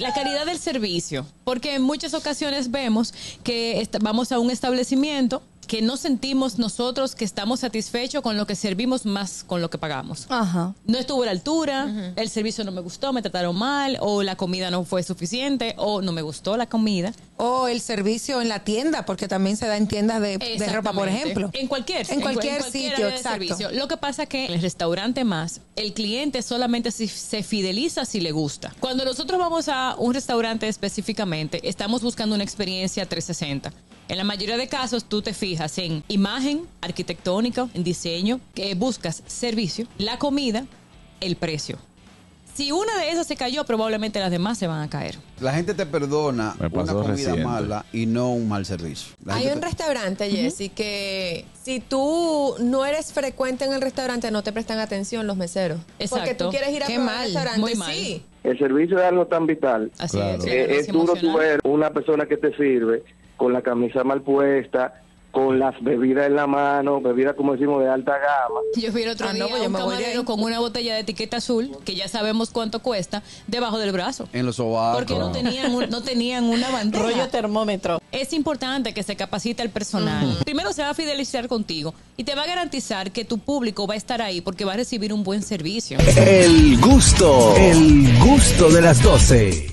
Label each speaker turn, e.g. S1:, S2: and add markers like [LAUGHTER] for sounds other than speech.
S1: La calidad del servicio, porque en muchas ocasiones vemos que est- vamos a un establecimiento que no sentimos nosotros que estamos satisfechos con lo que servimos más con lo que pagamos.
S2: Ajá.
S1: No estuvo a la altura, el servicio no me gustó, me trataron mal, o la comida no fue suficiente, o no me gustó la comida.
S2: O el servicio en la tienda, porque también se da en tiendas de, de ropa, por
S1: Exactamente.
S2: ejemplo.
S1: En cualquier,
S2: En cualquier
S1: cualquier
S2: sitio,
S1: área de
S2: exacto.
S1: servicio. Lo que pasa que en el restaurante más, el cliente solamente si- se fideliza si le gusta. Cuando nosotros vamos a un restaurante específicamente, estamos buscando una experiencia 360. En la mayoría de casos tú te fijas en imagen arquitectónica, en diseño, que buscas servicio, la comida, el precio. Si una de esas se cayó, probablemente las demás se van a caer.
S3: La gente te perdona
S4: Me
S3: una
S4: pasó
S3: comida
S4: reciente.
S3: mala y no un mal servicio. La
S5: Hay
S3: gente
S5: un
S3: te-
S5: restaurante, Jessy, que si tú no eres frecuente en el restaurante, no te prestan atención los meseros. Porque
S1: Exacto.
S5: tú quieres ir a
S2: Qué
S5: probar
S2: mal,
S5: un restaurante.
S1: muy mal.
S5: Sí.
S6: El servicio es algo tan vital.
S1: Así
S4: Claro.
S1: es. la
S6: Eh, es
S1: ganancia
S6: duro tú
S1: emocional.
S6: ver una persona que te sirve con la camisa mal puesta, con las bebidas en la mano, bebidas como decimos de alta gama.
S1: [LAUGHS] Yo fui el otro
S2: Ah, no,
S1: día
S2: pues yo
S1: un
S2: me voy de
S1: camarero
S2: ahí.
S1: con una botella de etiqueta azul, que ya sabemos cuánto cuesta, debajo del brazo.
S2: Eh,
S3: En los ovales.
S1: Porque no
S4: claro.
S1: tenían, un- no
S2: [LAUGHS]
S1: tenían una bandeja.
S7: rollo termómetro.
S1: es importante que se capacite el personal. Primero se va a fidelizar contigo y te va a garantizar que tu público va a estar ahí porque
S2: [LAUGHS]
S1: va a recibir un buen servicio.
S8: El gusto, el gusto de las 12.